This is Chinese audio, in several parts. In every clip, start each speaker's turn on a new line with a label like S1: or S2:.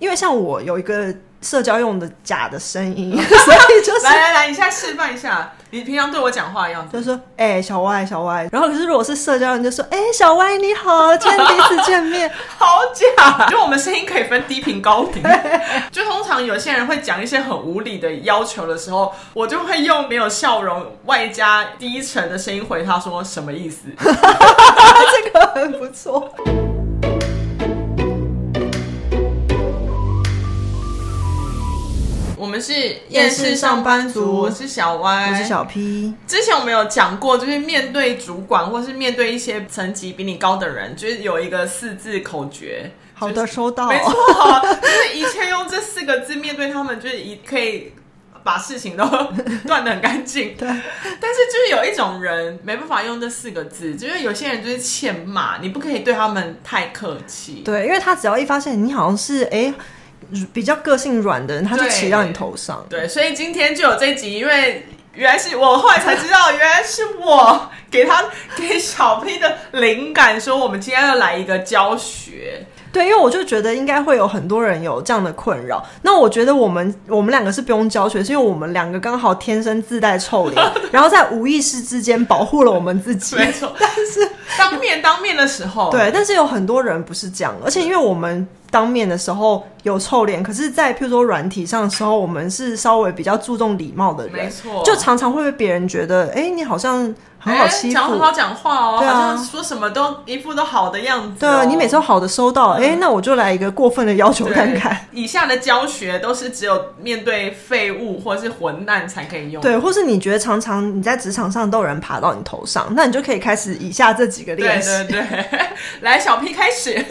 S1: 因为像我有一个社交用的假的声 音，所以就是
S2: 来来来，你现在示范一下你平常对我讲话的样子。
S1: 就说哎、小歪小歪，然后可是如果是社交用，你就说哎、小歪你好，今天第一次见 面，啊
S2: 好假！就我们声音可以分低频、高 频。就通常有些人会讲一些很无理的要求的时候，我就会用没有笑容外加低沉的声音回他说什么意 思？
S1: 这个很不错。
S2: 我们是
S1: 厌世上班族
S2: 我是小歪，
S1: 我是小 P，
S2: 之前我们有讲过，就是面对主管或是面对一些层级比你高的人，就是有一个四字口诀。
S1: 好的，收到。
S2: 没错，就是一切用这四个字面对他们，就是一可以把事情都断得很干净。
S1: 对，
S2: 但是就是有一种人没办法用这四个字，就是有些人就是欠骂，你不可以对他们太客气。
S1: 对，因为他只要一发现你好像是哎、比较个性软的人，他就
S2: 对
S1: 骑到你头上。
S2: 对，所以今天就有这集，因为原来是我后来才知道，原来是我给他给小 P 的灵感，说我们今天要来一个教学。
S1: 对，因为我就觉得应该会有很多人有这样的困扰。那我觉得我们我们两个是不用教学，是因为我们两个刚好天生自带臭脸，然后在无意识之间保护了我们自己。
S2: 没错，但是当面当面的时候，
S1: 对，但是有很多人不是这样，而且因为我们当面的时候有臭脸，可是，在譬如说软体上的时候，我们是稍微比较注重礼貌的人，
S2: 没错
S1: 就常常会被别人觉得，哎、你好像很好
S2: 哎
S1: 欺负，
S2: 讲很好讲话哦，
S1: 对啊
S2: 好像说什么都一副都好的样子、
S1: 对
S2: 哦。
S1: 啊，你每次都好的收到，哎、那我就来一个过分的要求
S2: 嗯对
S1: 看看。
S2: 以下的教学都是只有面对废物或是混蛋才可以用。
S1: 对，或是你觉得常常你在职场上都有人爬到你头上，那你就可以开始以下这几个
S2: 对
S1: 练习。
S2: 对对， 来小 P 开始。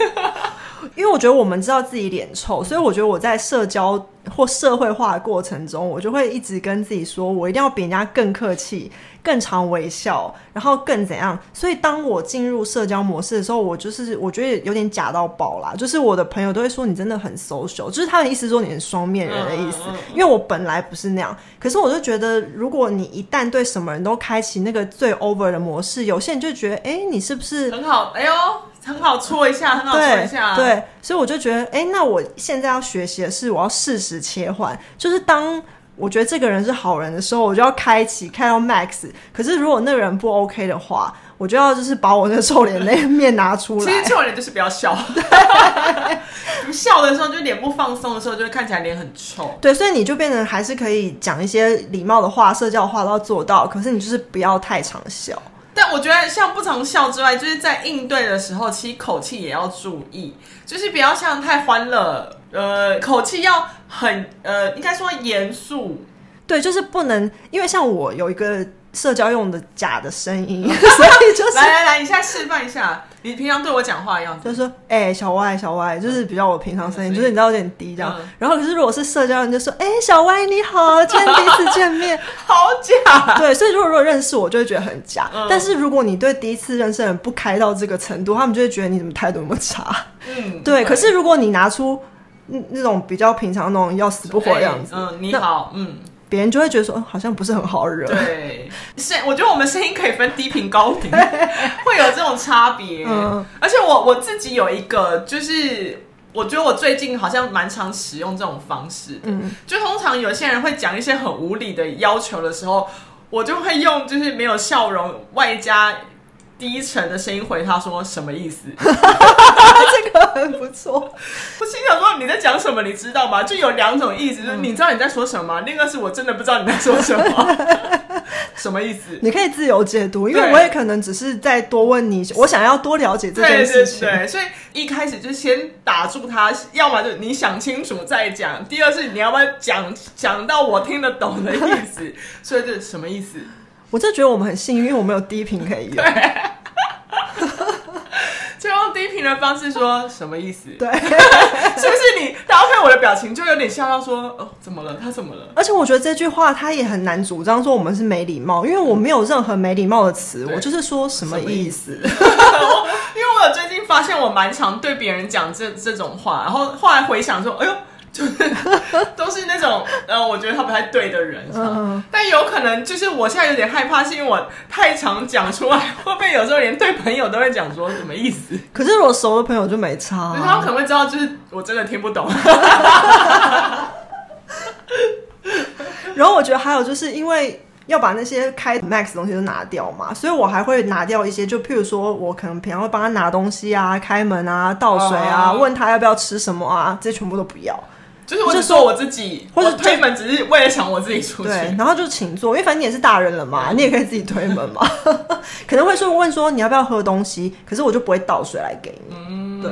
S1: 因为我觉得我们知道自己脸臭，所以我觉得我在社交或社会化的过程中，我就会一直跟自己说，我一定要比人家更客气、更常微笑，然后更怎样。所以当我进入社交模式的时候，我就是我觉得有点假到爆啦。就是我的朋友都会说你真的很 social，就是他的意思说你是双面人的意思。
S2: 嗯嗯嗯
S1: 因为我本来不是那样，可是我就觉得，如果你一旦对什么人都开启那个最 over 的模式，有些人就觉得，哎、你是不是
S2: 很好，哎呦，很好戳一下，很好戳一
S1: 对
S2: 下，，啊
S1: 对，所以我就觉得，哎、那我现在要学习的是，我要适时切换，就是当。我觉得这个人是好人的时候，我就要开启开到 max。可是如果那个人不 OK 的话，我就要就是把我那个臭脸那一面拿出
S2: 其
S1: 来
S2: 实。臭脸就是不 要笑， 笑的时候就脸不放松的时候，就会看起来脸很臭。
S1: 对，所以你就变成还是可以讲一些礼貌的话、社交的话都要做到，可是你就是不要太常笑。
S2: 但我觉得像不常笑之外，就是在应对的时候，其实口气也要注意，就是不要像太欢乐，呃，口气要很呃，应该说严肃。
S1: 对，就是不能，因为像我有一个社交用的假的声音， 所以就是
S2: 来 来来，你现在示范一下你平常对我讲话的样子。
S1: 就是说，哎、小歪，小歪，就是比较我平常声音，
S2: 嗯
S1: 就是你知道有点低这样。
S2: 嗯
S1: 然后可是如果是社交，你就说，哎、小歪你好，今天第一次见面。
S2: 好假！
S1: 对，所以如果如果认识我，就会觉得很假。
S2: 嗯
S1: 但是如果你对第一次认识的人不开到这个程度，他们就会觉得你怎么态度那么差。
S2: 嗯，
S1: 对，可是如果你拿出那那种比较平常那种要死不活的样子，
S2: 哎嗯，你
S1: 那
S2: 好，嗯。
S1: 别人就会觉得说，嗯好像不是很好惹。
S2: 对，是我觉得我 们声音可以分低频、高 频，会有这种差别。
S1: 嗯
S2: 而且我我自己有一个，就是我觉得我最近好像蛮常使用这种方式的。
S1: 嗯
S2: 就通常有些人会讲一些很无理的要求的时候，我就会用就是没有笑容外加低沉的声音回他说什么 意思？
S1: 这个很不错。
S2: 我心想说你在讲什么，你知道吗？就有两种意思，就是
S1: 嗯
S2: 你知道你在说什么吗，另一个是我真的不知道你在说什 么，什么意思？
S1: 你可以自由解读，因为
S2: 对
S1: 我也可能只是再多问你，我想要多了解这件
S2: 对
S1: 事
S2: 对
S1: 情。
S2: 对，所以一开始就先打住他，要么就你想清楚再讲，第二是你要不要讲讲到我听得懂的意思，所以这什么意思？
S1: 我真的觉得我们很幸运，因为我们有低频可以 用。
S2: 就用低频的方式说什么意思？
S1: 对，
S2: 是不是你搭配我的表情就有点笑到说哦怎么了？他怎么了？
S1: 而且我觉得这句话他也很难主张说我们是没礼貌，因为我没有任何没礼貌的词，
S2: 对
S1: 我就是说什么意思？
S2: 因为我有最近发现我蛮常对别人讲这这种话，然后后来回想说，哎呦。 都是那种呃，我觉得他不太对的人，
S1: 嗯
S2: 但有可能就是我现在有点害怕，是因为我太常讲出来，会不会有时候连对朋友都会讲说什么意思？
S1: 可是如果熟的朋友就没差、
S2: 就是他们可
S1: 啊，
S2: 能会知道，就是我真的听不懂。
S1: 然后我觉得还有就是因为要把那些开 max 的东西都拿掉嘛，所以我还会拿掉一些，就譬如说我可能平常会帮他拿东西啊、开门啊、倒水啊、
S2: 哦
S1: 问他要不要吃什么啊，这些全部都不要。
S2: 就是我
S1: 或
S2: 只
S1: 是
S2: 说我自己，
S1: 或者
S2: 我推门只是为了想我自己出去。
S1: 对，然后就请坐，因为反正你也是大人了嘛，你也可以自己推门嘛。可能会说问说你要不要喝东西，可是我就不会倒水来给你。对。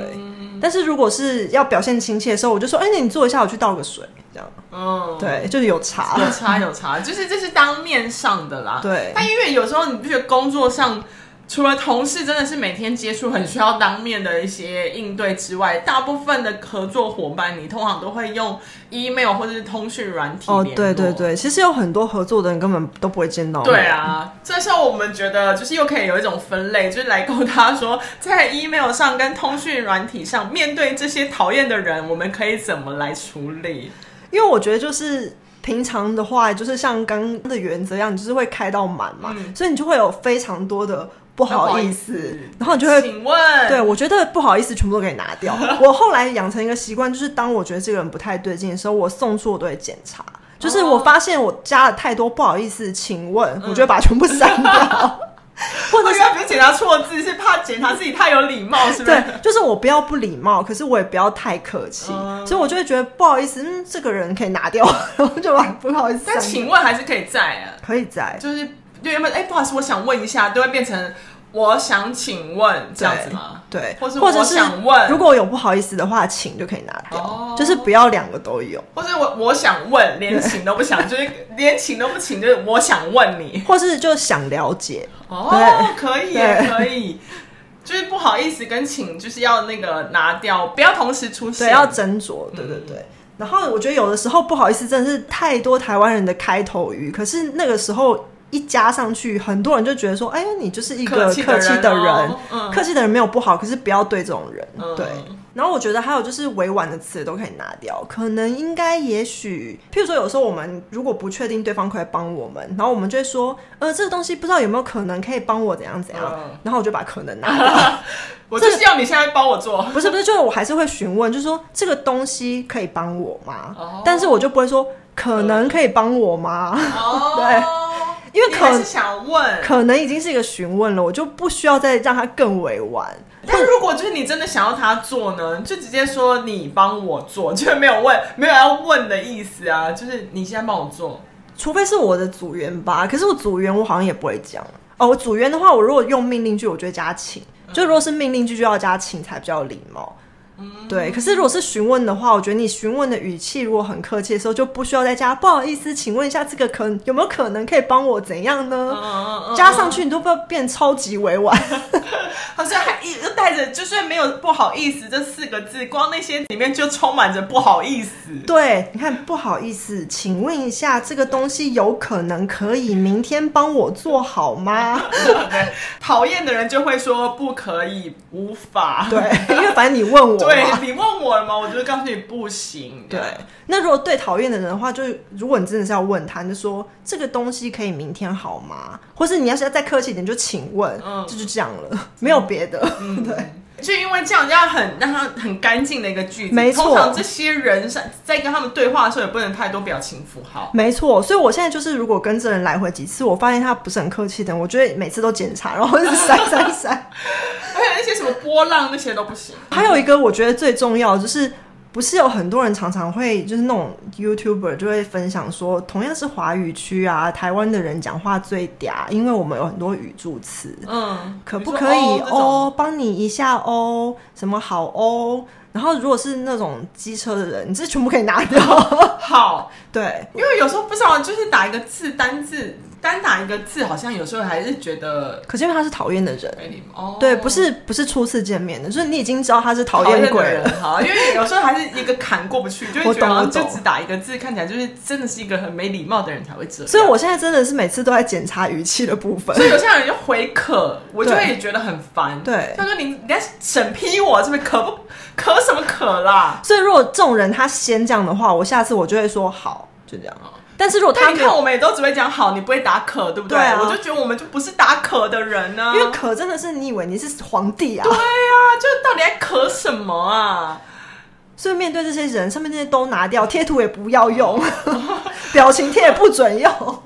S1: 但是如果是要表现亲切的时候，我就说，哎、那你坐一下，我去倒个水，这样。
S2: 嗯，
S1: 对，就是有茶。
S2: 有差有差，就是这是当面上的啦。
S1: 对哦
S2: 但因为有时候你不觉得工作上，除了同事真的是每天接触很需要当面的一些应对之外，大部分的合作伙伴，你通常都会用 email 或者是通讯软体
S1: 哦，
S2: 联络
S1: 对对。对，其实有很多合作的人根本都不会见到。
S2: 对，啊，这时候我们觉得就是又可以有一种分类，就是来告他说，在 email 上跟通讯软体上，面对这些讨厌的人，我们可以怎么来处理？
S1: 因为我觉得就是平常的话，就是像刚刚的原则一样，你就是会开到满嘛，所以你就会有非常多的不好意思，
S2: 不好意思
S1: 然后你就会
S2: 请问，
S1: 对，我觉得不好意思，全部都给你拿 掉。我后来养成一个习惯，就是当我觉得这个人不太对劲的时候，我送出我都会检查。就是
S2: 哦
S1: 我发现我加了太多不好意思，请问，我
S2: 嗯
S1: 就会把它全部 删掉，或
S2: 我
S1: 者
S2: 原
S1: 是
S2: 来不是检查错字，是怕检查自己太有礼貌，是不是
S1: 对？，就是我不要不礼貌，可是我也不要太客气，
S2: 嗯
S1: 所以我就会觉得不好意思，嗯，这个人可以拿掉， 然后就把不好意思
S2: 但
S1: 删掉。
S2: 请问还是可以在啊，
S1: 可以在，
S2: 就是就原本哎，不好意思，我想问一下，都会变成我想请问这样子吗？
S1: 对，
S2: 或是
S1: 或者
S2: 我
S1: 是
S2: 想问
S1: 如果有不好意思的话，请就可以拿掉，
S2: 哦
S1: 就是不要两个都有。
S2: 或者我我想问，连请都 不想，就是连请都不请，就是我想问你
S1: 或是就想了解，
S2: 哦，可以耶
S1: 对
S2: 可以，就是不好意思跟请就是要那个拿掉，不要同时出现，
S1: 对，要斟酌，对对对。啊然后我觉得有的时候不好意思，真的是太多台湾人的开头语，可是那个时候一加上去，很多人就觉得说，哎呀，你就是一个
S2: 客气的
S1: 客气的
S2: 人
S1: 人
S2: 哦，嗯
S1: 客气的人没有不好，可是不要对这种人，
S2: 嗯
S1: 对。然后我觉得还有就是委婉的词都可以拿掉，可能应该也许，譬如说有时候我们如果不确定对方可不可以帮我们，然后我们就会说，呃，这个东西不知道有没有可能可以帮我怎样怎样，
S2: 嗯
S1: 然后我就把可能拿掉。
S2: 我就是要你现在帮我做，
S1: 不是不是，就是我还是会询问，就是说这个东西可以帮我吗？
S2: 哦
S1: 但是我就不会说可能可以帮我吗？
S2: 哦，
S1: 对因为
S2: 你
S1: 可
S2: 还是想问，
S1: 可能已经是一个询问了，我就不需要再让他更委婉。
S2: 但如果就是你真的想要他做呢，就直接说你帮我做，就没有问，没有要问的意思啊，就是你现在帮我做。
S1: 除非是我的组员吧，可是我组员我好像也不会讲哦。我组员的话，我如果用命令句，我就会加请，
S2: 嗯
S1: 就如果是命令句就要加请才比较有礼貌。
S2: 嗯
S1: 对，可是如果是询问的话，我觉得你询问的语气如果很客气的时候，就不需要再加不好意思，请问一下这个可有没有可能可以帮我怎样呢？
S2: 嗯嗯，
S1: 加上去你都不要变超级委婉。
S2: 好像还一直带着，就是没有不好意思这四个字，光那些里面就充满着不好意思。
S1: 对，你看，不好意思，请问一下，这个东西有可能可以明天帮我做好 吗？
S2: 对，讨厌的人就会说不可以，无法。
S1: 对，因为反正你问我
S2: 对
S1: 嘛。
S2: 你问我了吗？我就告诉你不行。
S1: 对，那如果对讨厌的人的话，就是如果你真的是要问他，你就说这个东西可以明天好吗？或是你要是要再客气一点，就请问，
S2: 嗯
S1: 这就这样了， 没有别的。对，
S2: 就因为这样，要很让他很干净的一个句子。
S1: 没错
S2: 通常这些人在在跟他们对话的时候，也不能太多表情符号。
S1: 没错。所以我现在就是，如果跟这人来回几次，我发现他不是很客气的，我就会每次都检查，然后一直删删删。
S2: 而且那些什么波浪那些都不行。
S1: 还有一个我觉得最重要的就是。不是有很多人常常会就是那种 YouTuber 就会分享说，同样是华语区啊，台湾的人讲话最嗲，因为我们有很多语助词，
S2: 嗯，
S1: 可
S2: 比
S1: 不
S2: 如说
S1: 可以
S2: 这种
S1: 哦？帮你一下哦，什么好哦？然后如果是那种机车的人，你这全部可以拿 掉。
S2: 好，
S1: 对，
S2: 因为有时候不知道，就是打一个字单字单打一个字，好像有时候还是觉得
S1: 可是因为他是讨厌的人，
S2: 没礼貌。哦
S1: 对，不是不是初次见面的，就是你已经知道他是讨
S2: 讨厌
S1: 厌
S2: 的
S1: 鬼了。
S2: 人，好，因为有时候还是一个坎过不去，就
S1: 我
S2: 会觉
S1: 懂
S2: 得哦好像
S1: 我
S2: 就
S1: 懂
S2: 只打一个字，看起来就是真的是一个很没礼貌的人才会这样。
S1: 所以我现在真的是每次都在检查语气的部分
S2: 所。以有些人就回可，我就会觉得很烦。
S1: 对
S2: 他说你你在审批我，是不是可不可什么可啦？
S1: 所以如果这种人他先这样的话，我下次我就会说好，就这样。但是如果他
S2: 但你
S1: 没
S2: 看，我
S1: 有，
S2: 们也都只会讲好，你不会打可，对不对？
S1: 对啊
S2: 我就觉得我们就不是打可的人呢、
S1: 因为可真的是你以为你是皇帝啊，
S2: 啊对呀、就到底还可什么啊？
S1: 所以面对这些人，上面这些都拿掉，贴图也不要用， 表情贴也不准用。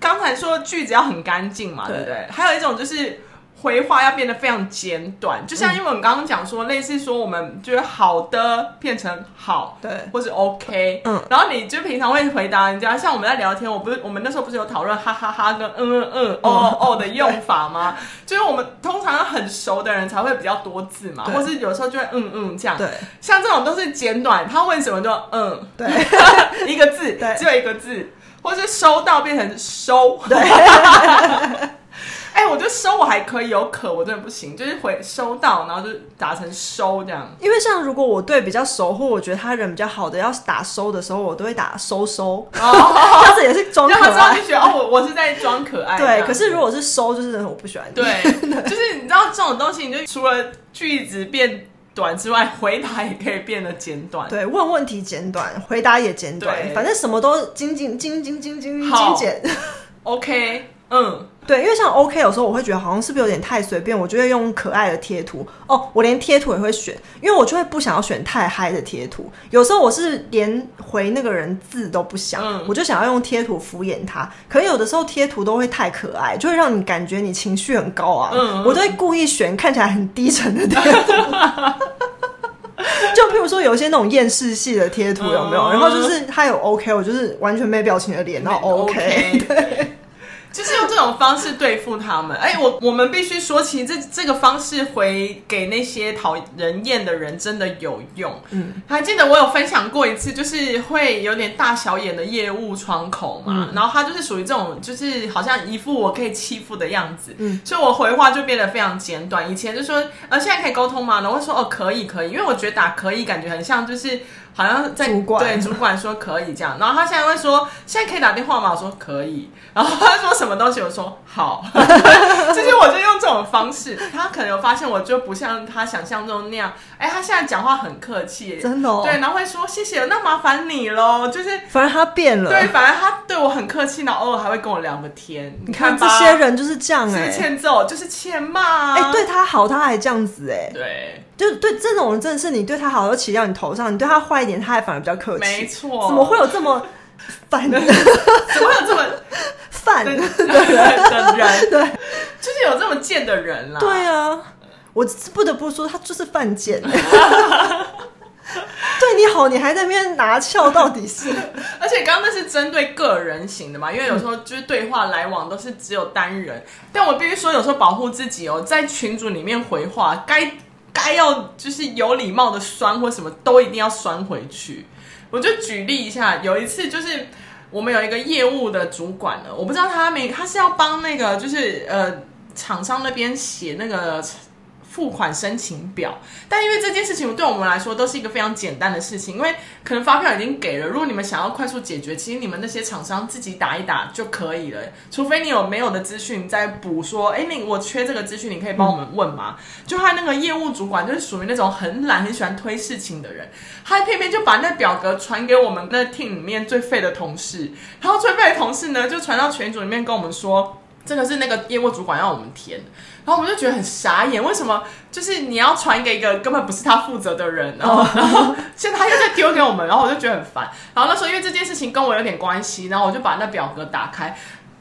S2: 刚才说句子要很干净嘛，
S1: 对
S2: 对不对？还有一种就是回话要变得非常简短，就像因为我们刚刚讲说，类似说我们就是好的变成好，
S1: 对
S2: 或是 OK，
S1: 嗯
S2: 然后你就平常会回答人家，像我们在聊天，我不是我们那时候不是有讨论哈哈哈跟嗯嗯嗯哦哦的用法吗？就是我们通常很熟的人才会比较多字嘛，
S1: 对
S2: 或是有时候就会嗯嗯这样，
S1: 对，
S2: 像这种都是简短，他问什么就嗯，
S1: 对，
S2: 一个字
S1: 对，
S2: 只有一个字，或是收到变成收，对， 哎、我觉得收我还可以，有可我真的不行，就是回收到，然后就打成收这样。
S1: 因为像如果我对比较熟或我觉得他人比较好的要打收的时候，我都会打收 收，下次也是装
S2: 哦让
S1: 可
S2: 他知道
S1: 爱
S2: 就。觉得哦，我我是在装可爱这样。
S1: 对，可是如果是收，就是我不喜欢你。
S2: 啊 对，就是你知道这种东西，你就除了句子变短之外，回答也可以变得简短。
S1: 对，问问题简短，回答也简短，
S2: 对
S1: 反正什么都精精精精精精精
S2: 好
S1: 简。
S2: OK，嗯，
S1: 对，因为像 OK 有时候我会觉得好像是不是有点太随便，我就会用可爱的贴图哦，我连贴图也会选，因为我就会不想要选太嗨的贴图。有时候我是连回那个人字都不想，
S2: 嗯
S1: 我就想要用贴图敷衍他。可有的时候贴图都会太可爱，就会让你感觉你情绪很高昂。
S2: 嗯嗯
S1: 我都会故意选看起来很低沉的贴 图。就譬如说，有一些那种厌世系的贴图有没有？
S2: 嗯
S1: 然后就是他有 OK，我就是完全没表情的脸，然后 OK，
S2: 对， 就是用这种方式对付他们。哎、我我们必须说，其实这这个方式回给那些讨人厌的人真的有用。嗯，还记得我有分享过一次，就是会有点大小眼的业务窗口
S1: 嗯
S2: 嘛，然后他就是属于这种，就是好像一副我可以欺负的样子，嗯，所以我回话就变得非常简短。以前就说，呃，现在可以沟通吗？然后会说，哦，可以，可以，因为我觉得打可以感觉很像就是。好像在
S1: 主管
S2: 对主管说可以这样，然后他现在会说现在可以打电话吗？我说可以，然后他说什么东西，我说好，就是我就 用这种方式，他可能有发现我就不像他想象中那样，哎、他现在讲话很客气，
S1: 真的哦
S2: 对，然后会说谢谢，那麻烦你喽，就是。
S1: 反正他变了。
S2: 对，反正他对我很客气，然后偶尔还会跟我聊个天。你
S1: 你看这
S2: 吧，
S1: 些人就是这样
S2: 是不
S1: 哎、
S2: 是欠揍就是欠骂啊。
S1: 哎、对他好，他还这样子哎、
S2: 对，
S1: 就对这种人真的是你对他好都骑到你头上，你对他坏一点，他还反而比较客气。
S2: 没错
S1: 怎么会有这么 反
S2: 怎么会 有这么
S1: 反？
S2: 的 的人，对，就是有这么贱的人啦。
S1: 对啊，我不得不说，他就是犯贱、哎 对你好，你还在那边拿翘，到底是？
S2: 而且刚刚那是针对个人型的嘛，因为有时候就是对话来往都是只有单人，但我必须说，有时候保护自己哦，在群组里面回话，该该要就是有礼貌的酸或什么，都一定要酸回去。我就举例一下，有一次就是我们有一个业务的主管呢，我不知道他没，他是要帮那个就是呃厂商那边写那个付款申请表，但因为这件事情对我们来说都是一个非常简单的事情，因为可能发票已经给了，如果你们想要快速解决，其实你们那些厂商自己打一打就可以了，除非你有没有的资讯再补说，哎、那我缺这个资讯，你可以帮我们问吗？就他那个业务主管就是属于那种很懒、很喜欢推事情的人，他偏偏就把那表格传给我们那 team 里面最废的同事，然后最废的同事呢就传到群组里面跟我们说。这个是那个业务主管让我们填，然后我们就觉得很傻眼，为什么就是你要传给一个根本不是他负责的人，然后、然后现在他又在丢给我们，然后我就觉得很烦。然后那时候因为这件事情跟我有点关系，然后我就把那表格打开。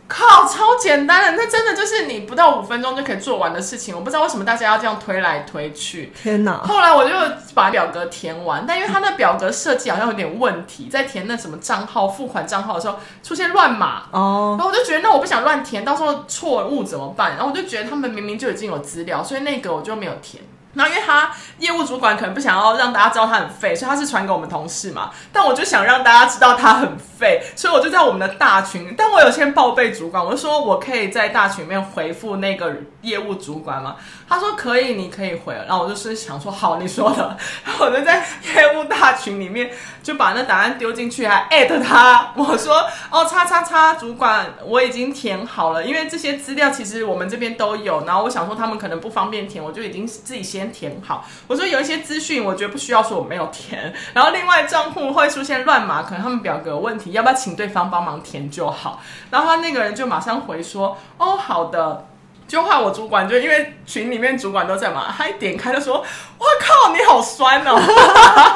S2: 靠，超简单的，那真的就是你不到五分钟就可以做完的事情。我不知道为什么大家要这样推来推去。
S1: 天哪！
S2: 后来我就把表格填完，但因为他那表格设计好像有点问题，在填那什么账号、付款账号的时候出现乱码，
S1: 哦，
S2: 然后我就觉得，那我不想乱填，到时候错误怎么办？然后我就觉得他们明明就已经有资料，所以那个我就没有填。然后因为他业务主管可能不想要让大家知道他很废，所以他是传给我们同事嘛。但我就想让大家知道他很废，所以我就在我们的大群。但我有先报备主管，我就说我可以在大群里面回复那个业务主管吗？他说可 以，你可以回。然后我就是想说好，你说的。然后我就在业务大群里面就把那答案丢进去，还艾特他。 我说哦，叉叉叉主管，我已经填好了，因为这些资料其实我们这边都有。然后我想说他们可能不方便填，我就已经自己先填好。我说有一些资讯，我觉得不需要说我没有填。 然后另外账户会出现乱码，可能他们表格有问题，要不要请对方帮忙填就好。然后他那个人就马上回说哦，好的。就话我主管就因为群里面主管都在嘛，他一点开就说：“哇靠，你好酸哦！”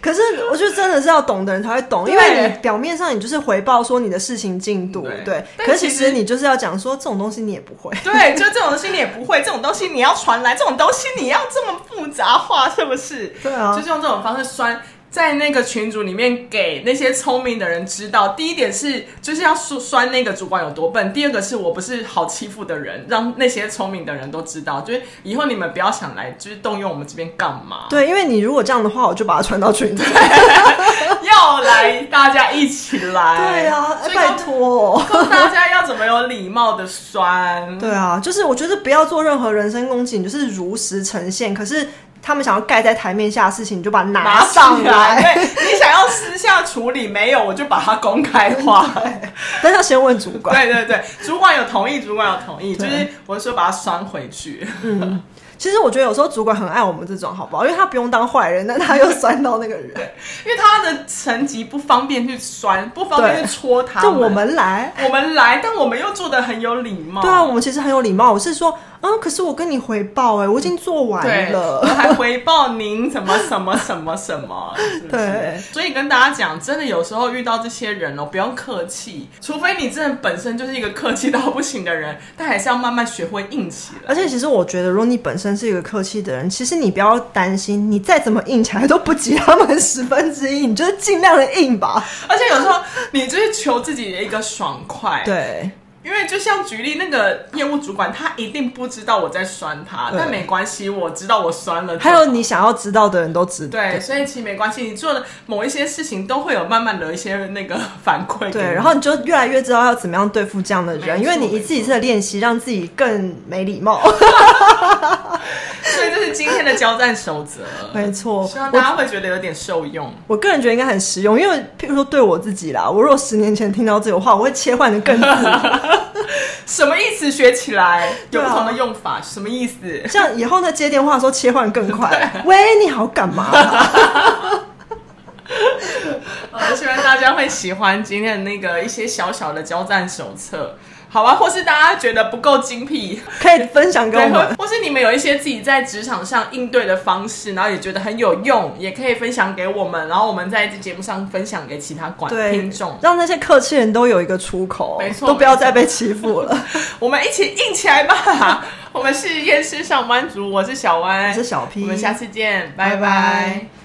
S1: 可是我觉得真的是要懂的人才会懂，
S2: 对
S1: 因为你表面上你就是回报说你的事情进度，
S2: 对
S1: 对，
S2: 但
S1: 可是其
S2: 其实
S1: 实你就是要讲说这种东西你也不会。
S2: 对，就这种东西你也不会，这种东西你要传来，这种东西你要这么复杂化，是不是？
S1: 对啊
S2: 就是用这种方式酸。在那个群组里面，给那些聪明的人知道，第一点是就是要说酸那个主管有多笨，第二个是我不是好欺负的人，让那些聪明的人都知道，就是以后你们不要想来就是动用我们这边干嘛，
S1: 对，因为你如果这样的话，我就把它传到群里。
S2: 要来大家一起来，
S1: 对 啊，哎
S2: 所以
S1: 拜托、
S2: 告诉大家要怎么有礼貌的 酸，
S1: 对啊，就是我觉得不要做任何人身攻击，你就是如实呈现。可是他们想要盖在台面下的事情，你就把它拿上
S2: 起来，
S1: 来，
S2: 对你想要私下处理没有，我就把它公开 化。
S1: 但是要先问主管。
S2: 对对对，主管有同意，主管有同意，就
S1: 对
S2: 是我说把它拴回去。
S1: 其实我觉得有时候主管很爱我们这种，好不好？因为他不用当坏人，但他又酸到那个人，
S2: 因为他的层级不方便去拴，不方便
S1: 对
S2: 去戳他。
S1: 就我们来。
S2: 我们来，但我们又做的很有礼貌。
S1: 对啊，我们其实很有礼貌。我是说，嗯，可是我跟你回报、哎，我已经做
S2: 对，
S1: 完
S2: 我
S1: 了。
S2: 还回报您什么什么什么 什么，是不是
S1: 对
S2: 所以跟大家讲，真的有时候遇到这些人哦，不用客气，除非你真的本身就是一个客气到不行的人，但还是要慢慢学会硬起来。
S1: 而且，其实我觉得，如果你本身是一个客气的人，其实你不要担心，你再怎么硬起来都不及他们十分之一，你就是尽量的硬吧。
S2: 而且有时候你就是求自己的一个爽快，
S1: 对，
S2: 因为就像举例那个业务主管，他一定不知道我在酸他，
S1: 对
S2: 但没关系，我知道我酸了。
S1: 还有你想要知道的人都知道。
S2: 对，所以其实没关系，你做的某一些事情都会有慢慢的一些那个反馈给你。
S1: 对，然后你就越来越知道要怎么样对付这样的人，
S2: 没
S1: 因
S2: 错
S1: 为你一次一次的练习，让自己更没礼貌。
S2: 所以这是今天的交战守 则。
S1: 没错
S2: 希望大
S1: 我
S2: 家会觉得有点受用。
S1: 我个人觉得应该很实用，因为譬如说对我自己啦，我如果十年前听到这个话，我会切换的更自 如。
S2: 什么意思？学起来
S1: 对
S2: 有
S1: 啊
S2: 不同的用法，什么意 思？
S1: 像以后呢接电话的时候切换更快。喂，你好，干嘛啊、
S2: 我希望大家会喜欢今天的那个一些小小的交战手册，好啊吧？或是大家觉得不够精辟，
S1: 可以分享给我
S2: 对，
S1: 们
S2: 或。或是你们有一些自己在职场上应对的方式，然后也觉得很有用，也可以分享给我们，然后我们在节目上分享给其他观
S1: 对
S2: 听众，，
S1: 让那些客气人都有一个出口
S2: 没，错
S1: 都不要
S2: 没错
S1: 再被欺负了。
S2: 我们一起硬起 来吧！我们是厌世上班族，我是小
S1: 我
S2: 弯，
S1: 是小 P，
S2: 我们下次见，拜
S1: 拜
S2: 拜
S1: 拜